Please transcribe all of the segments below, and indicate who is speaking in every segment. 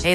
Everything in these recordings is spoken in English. Speaker 1: Hey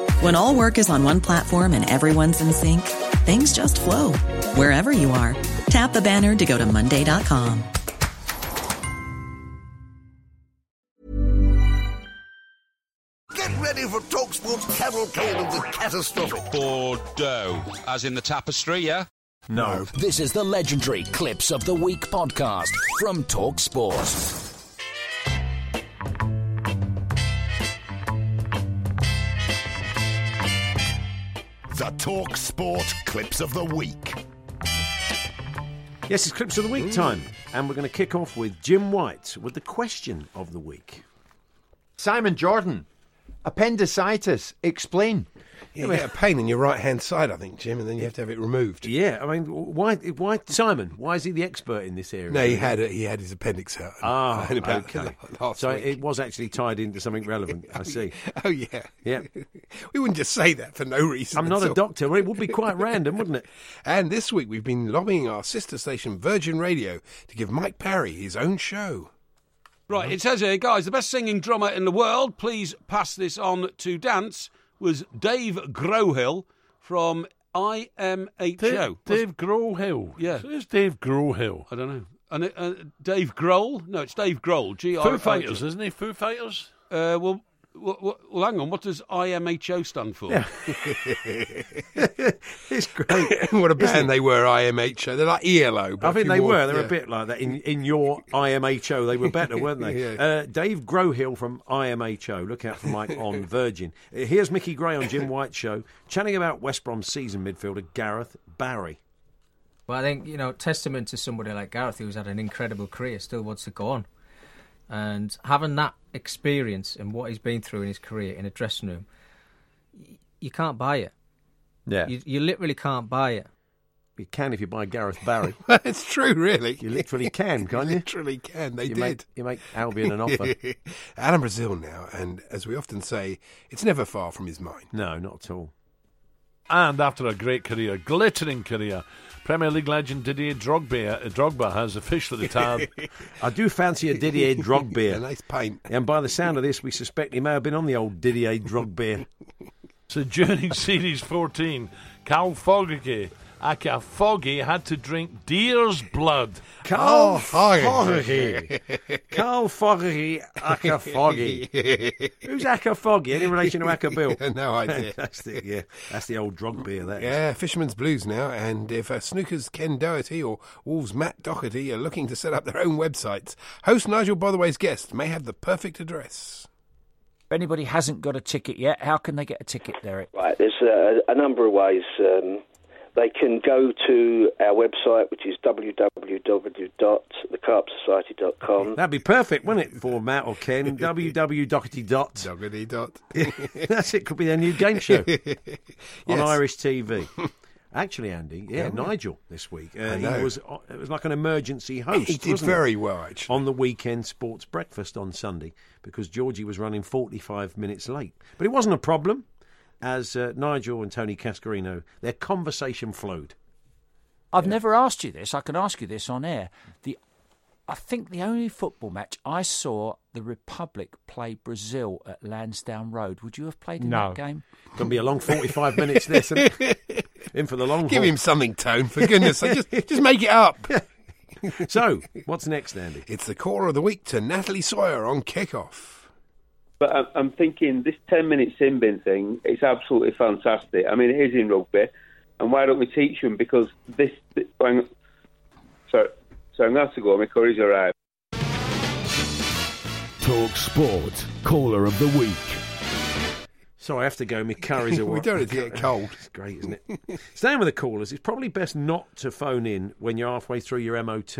Speaker 2: When all work is on one platform and everyone's in sync, things just flow wherever you are. Tap the banner to go to Monday.com.
Speaker 3: Get ready for TalkSport's cavalcade of the catastrophic.
Speaker 4: Bordeaux, as in the tapestry, yeah?
Speaker 5: No.
Speaker 6: This is the legendary Clips of the Week podcast from Talk Sport.
Speaker 3: The TalkSport clips of the week.
Speaker 5: Yes, it's clips of the week time, and we're going to kick off with Jim White with the question of the week.
Speaker 7: Simon Jordan, appendicitis. Explain.
Speaker 8: You get a pain in your right hand side, I think, Jim, and then you have to have it removed.
Speaker 5: Yeah, I mean, why? Why Simon? Why is he the expert in this area?
Speaker 8: No, he had it, he had his appendix out.
Speaker 5: Ah,
Speaker 8: And about
Speaker 5: okay.
Speaker 8: last
Speaker 5: So
Speaker 8: week.
Speaker 5: it was actually tied into something relevant. I see.
Speaker 8: Oh yeah,
Speaker 5: Yeah.
Speaker 8: we wouldn't just say that for no reason.
Speaker 5: I'm not
Speaker 8: at
Speaker 5: a
Speaker 8: all.
Speaker 5: doctor. Well, it would be quite random, wouldn't it?
Speaker 8: And this week we've been lobbying our sister station Virgin Radio to give Mike Parry his own show.
Speaker 4: Right, it says here, guys, the best singing drummer in the world, please pass this on to dance, was Dave Grohill from IMHO.
Speaker 9: Dave, Dave Grohl.
Speaker 4: Yeah.
Speaker 9: Who's Dave Grohl?
Speaker 4: I don't know. And it, uh, Dave Grohl? No, it's Dave Grohl. G R O
Speaker 9: Foo
Speaker 4: H L.
Speaker 9: Fighters, isn't he? Foo Fighters?
Speaker 4: Uh, well, well, well, hang on. What does IMHO stand for?
Speaker 5: It's great.
Speaker 8: what a band they were, IMHO. They're like ELO. but
Speaker 5: I think
Speaker 8: few
Speaker 5: they
Speaker 8: more-
Speaker 5: were. They were
Speaker 8: yeah.
Speaker 5: a bit like that in, in your IMHO. They were better, weren't they?
Speaker 8: Yeah.
Speaker 5: uh, Dave Grohill from IMHO. Look out for Mike on Virgin. Uh, Here's Mickey Gray on Jim White's show, chatting about West Brom's season midfielder Gareth Barry.
Speaker 10: But I think, you know, testament to somebody like Gareth, who's had an incredible career, still wants to go on. And having that experience and what he's been through in his career in a dressing room, y- you can't buy it.
Speaker 5: Yeah, you,
Speaker 10: You, you literally can't buy it.
Speaker 5: you can if you buy Gareth Barry.
Speaker 8: it's true, really.
Speaker 5: You literally can, can't you?
Speaker 8: literally can. They
Speaker 5: you
Speaker 8: did.
Speaker 5: make you make Albion an offer.
Speaker 8: Alan Brazil now, and as we often say, it's never far from his mind.
Speaker 5: No, not at all.
Speaker 9: And after a great career, glittering career, Premier League legend Didier Drogba, uh, Drogba has officially retired.
Speaker 5: I do fancy a Didier Drogbeer.
Speaker 8: A nice pint.
Speaker 5: And by the sound of this, we suspect he may have been on the old Didier Drogbeer.
Speaker 9: so during Series 14, Cal Fogarty, aka Foggy, had to drink deer's blood.
Speaker 5: Carl
Speaker 8: Oh, Foggy.
Speaker 5: Foggy. Carl Foggy, Acker Foggy. Who's Acker Foggy? Any relation to Acker Bill?
Speaker 8: no idea.
Speaker 5: That's the, yeah, that's the old drug beer, that is.
Speaker 8: Yeah, Fisherman's Blues now, and if uh, Snooker's Ken Doherty or Wolves' Matt Doherty are looking to set up their own websites, host Nigel Botherway's guest may have the perfect address.
Speaker 6: If anybody hasn't got a ticket yet, how can they get a ticket, Derek?
Speaker 11: Right, there's a, a number of ways. Um, they can go to our website, which is www.thecarpsociety.com.
Speaker 5: That'd be perfect, wouldn't it, for Matt or Ken? www Doherty dot.
Speaker 8: Doherty dot.
Speaker 5: That's it. Could be their new game show on
Speaker 8: Yes.
Speaker 5: Irish TV. Actually, Andy, yeah, Nigel this week. Uh, he
Speaker 8: know.
Speaker 5: was. It was like an emergency host.
Speaker 8: He did
Speaker 5: wasn't it?
Speaker 8: very well, actually.
Speaker 5: on the weekend sports breakfast on Sunday because Georgie was running 45 minutes late. But it wasn't a problem, as uh, Nigel and Tony Cascarino, their conversation flowed.
Speaker 6: I've never asked you this. I can ask you this on air. The I think the only football match I saw the Republic play Brazil at Lansdowne Road. Would you have played in
Speaker 9: No.
Speaker 6: that game?
Speaker 5: Going to be a long 45 minutes this, and in for the long
Speaker 8: Give
Speaker 5: haul.
Speaker 8: him something, Tone, for goodness sake. Just, just make it up.
Speaker 5: So, what's next, Andy?
Speaker 8: It's the caller of the week to Natalie Sawyer on kickoff.
Speaker 12: But I'm, I'm thinking this 10 minute sin bin thing is absolutely fantastic. I mean, it is in rugby, and why don't we teach them? Because this. th- hang- Sorry, so I'm going to have to go. My curry's arrived.
Speaker 13: Talk Sport, caller of the week.
Speaker 5: Sorry, I have to go. My curry's away.
Speaker 13: We don't want it to get cold.
Speaker 5: It's great, isn't it? Staying with the callers, it's probably best not to phone in when you're halfway through your MOT.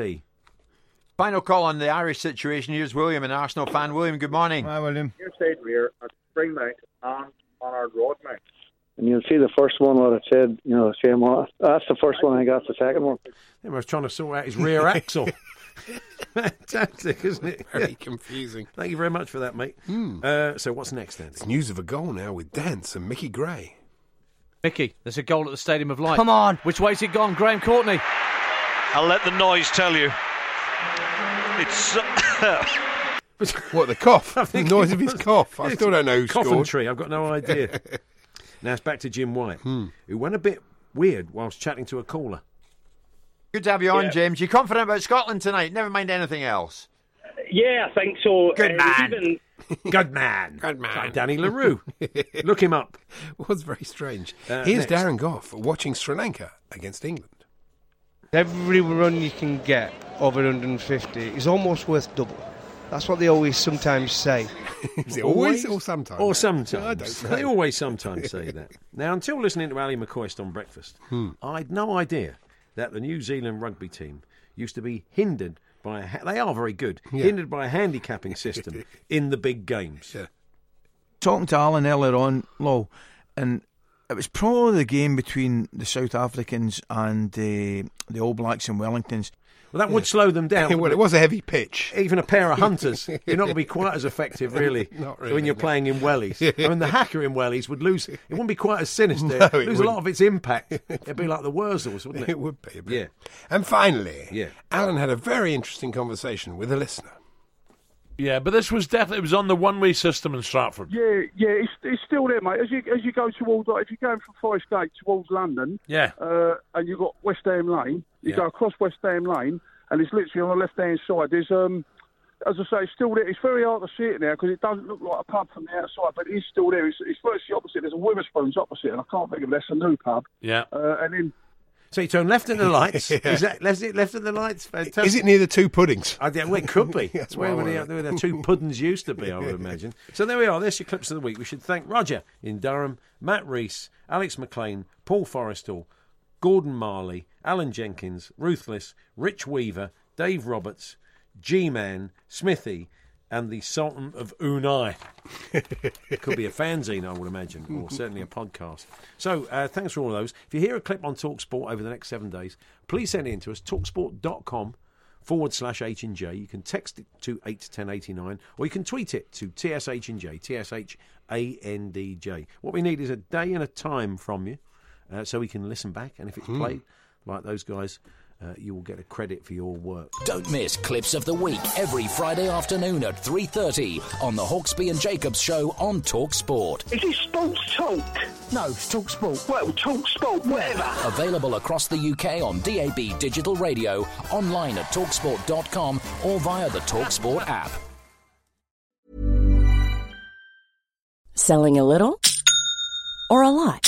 Speaker 14: Final call on the Irish situation. Here's William, an Arsenal fan. William, good morning. Hi, William.
Speaker 15: Here's Ed Weir at Spring Night and on our road night.
Speaker 11: And you'll see the first one what I said, you know, same one. That's the first one I got, the second one.
Speaker 5: I was trying to sort out his rear axle. Fantastic, isn't it?
Speaker 8: Very Hmm. confusing.
Speaker 5: Thank you very much for that, mate. Uh, so what's next then?
Speaker 8: It's news of a goal now with Dance and Mickey Gray.
Speaker 16: Mickey, there's a goal at the Stadium of Light.
Speaker 8: Come
Speaker 16: on. Which way's it gone? Graham Courtney.
Speaker 17: I'll let the noise tell you. It's.
Speaker 8: What, the cough? the
Speaker 5: think
Speaker 8: noise
Speaker 5: it
Speaker 8: of his
Speaker 5: was.
Speaker 8: cough. I still don't know who scored.
Speaker 5: Coventry, I've got no idea. now it's back to Jim White,
Speaker 8: Hmm.
Speaker 5: who went a bit weird whilst chatting to a caller.
Speaker 14: Good to have you on,
Speaker 5: Yeah.
Speaker 14: James. You confident about Scotland tonight? Never mind anything else.
Speaker 18: Yeah, I think so.
Speaker 14: Good
Speaker 18: Uh,
Speaker 14: man.
Speaker 18: even-
Speaker 5: Good man. Good man. Danny LaRue. Look him up.
Speaker 8: It was very strange.
Speaker 5: Uh,
Speaker 8: Here's
Speaker 5: next.
Speaker 8: Darren Goff watching Sri Lanka against England.
Speaker 3: Every run you can get over 150 is almost worth double. That's what they always sometimes say.
Speaker 8: Is it always or sometimes?
Speaker 5: Or sometimes. I don't
Speaker 8: know.
Speaker 5: They always sometimes say that. Now, until listening to Ali McCoist on Breakfast, I'd no idea that the New Zealand rugby team used to be hindered by a. Ha- they are very good.
Speaker 19: Yeah.
Speaker 5: Hindered by a handicapping system in the big games.
Speaker 19: talking to Alan earlier on, Lol, and it was probably the game between the South Africans and uh, the All Blacks and Wellingtons.
Speaker 5: Well, that would slow them down.
Speaker 19: Well,
Speaker 5: wouldn't
Speaker 19: it was a heavy pitch.
Speaker 5: Even a pair of hunters, you're not going to be quite as effective, really,
Speaker 19: Not
Speaker 5: when
Speaker 19: really,
Speaker 5: you're
Speaker 19: no.
Speaker 5: playing in wellies. I mean, the hacker in wellies would lose. It wouldn't be quite as sinister.
Speaker 8: No, it
Speaker 5: lose a lot of its impact. It'd be like the Wurzels, wouldn't it?
Speaker 8: It would be.
Speaker 5: Yeah.
Speaker 8: And finally,
Speaker 5: Yeah.
Speaker 8: Alan had a very interesting conversation with a listener.
Speaker 20: Yeah, but this was definitely it was on the one-way system in Stratford.
Speaker 4: Yeah, yeah, it's, it's still there, mate. As you as you go towards, like, if you're going from Forest Gate towards London,
Speaker 20: Yeah.
Speaker 4: uh, and you've got West Ham Lane, you
Speaker 20: Yeah.
Speaker 4: go across West Ham Lane, and it's literally on the left hand side. There's um, as I say, it's still there. It's very hard to see it now because it doesn't look like a pub from the outside, but it is still there. It's, it's virtually opposite. There's a Witherspoons opposite, and I can't think of it. That's a new pub.
Speaker 20: Yeah.
Speaker 4: Uh, and then
Speaker 5: So you turn left at the lights.
Speaker 8: Yeah.
Speaker 5: Is that left, left at the lights? Fantastic.
Speaker 8: Is it near the two puddings?
Speaker 5: I, yeah, well, it could be.
Speaker 8: That's
Speaker 5: where,
Speaker 8: what I
Speaker 5: the,
Speaker 8: wondered.
Speaker 5: where the two puddings used to be, I would imagine. So there we are. There's your clips of the week. We should thank Roger in Durham, Matt Reese, Alex McLean, Paul Forrestall, Gordon Marley, Alan Jenkins, Ruthless, Rich Weaver, Dave Roberts, G Man, Smithy, and the Sultan of Unai. it could be a fanzine, I would imagine, or certainly a podcast. So uh, thanks for all of those. If you hear a clip on Talksport over the next seven days, please send it in to us, talksport.com forward slash H and J. You can text it to 81089 or you can tweet it to TSH and J, TSH ANDJ. What we need is a day and a time from you uh, so we can listen back. And if it's
Speaker 6: Hmm.
Speaker 5: played like those guys, uh, you will get a credit for your work.
Speaker 6: Don't miss clips of the week every Friday afternoon at 3:30 on the Hawksby and Jacobs show on Talk Sport.
Speaker 21: Is this sports talk? No, it's talk sport. Well, talk sport, whatever.
Speaker 6: Available across the UK on DAB digital radio, online at talksport.com or via the Talksport app.
Speaker 22: Selling a little or a lot?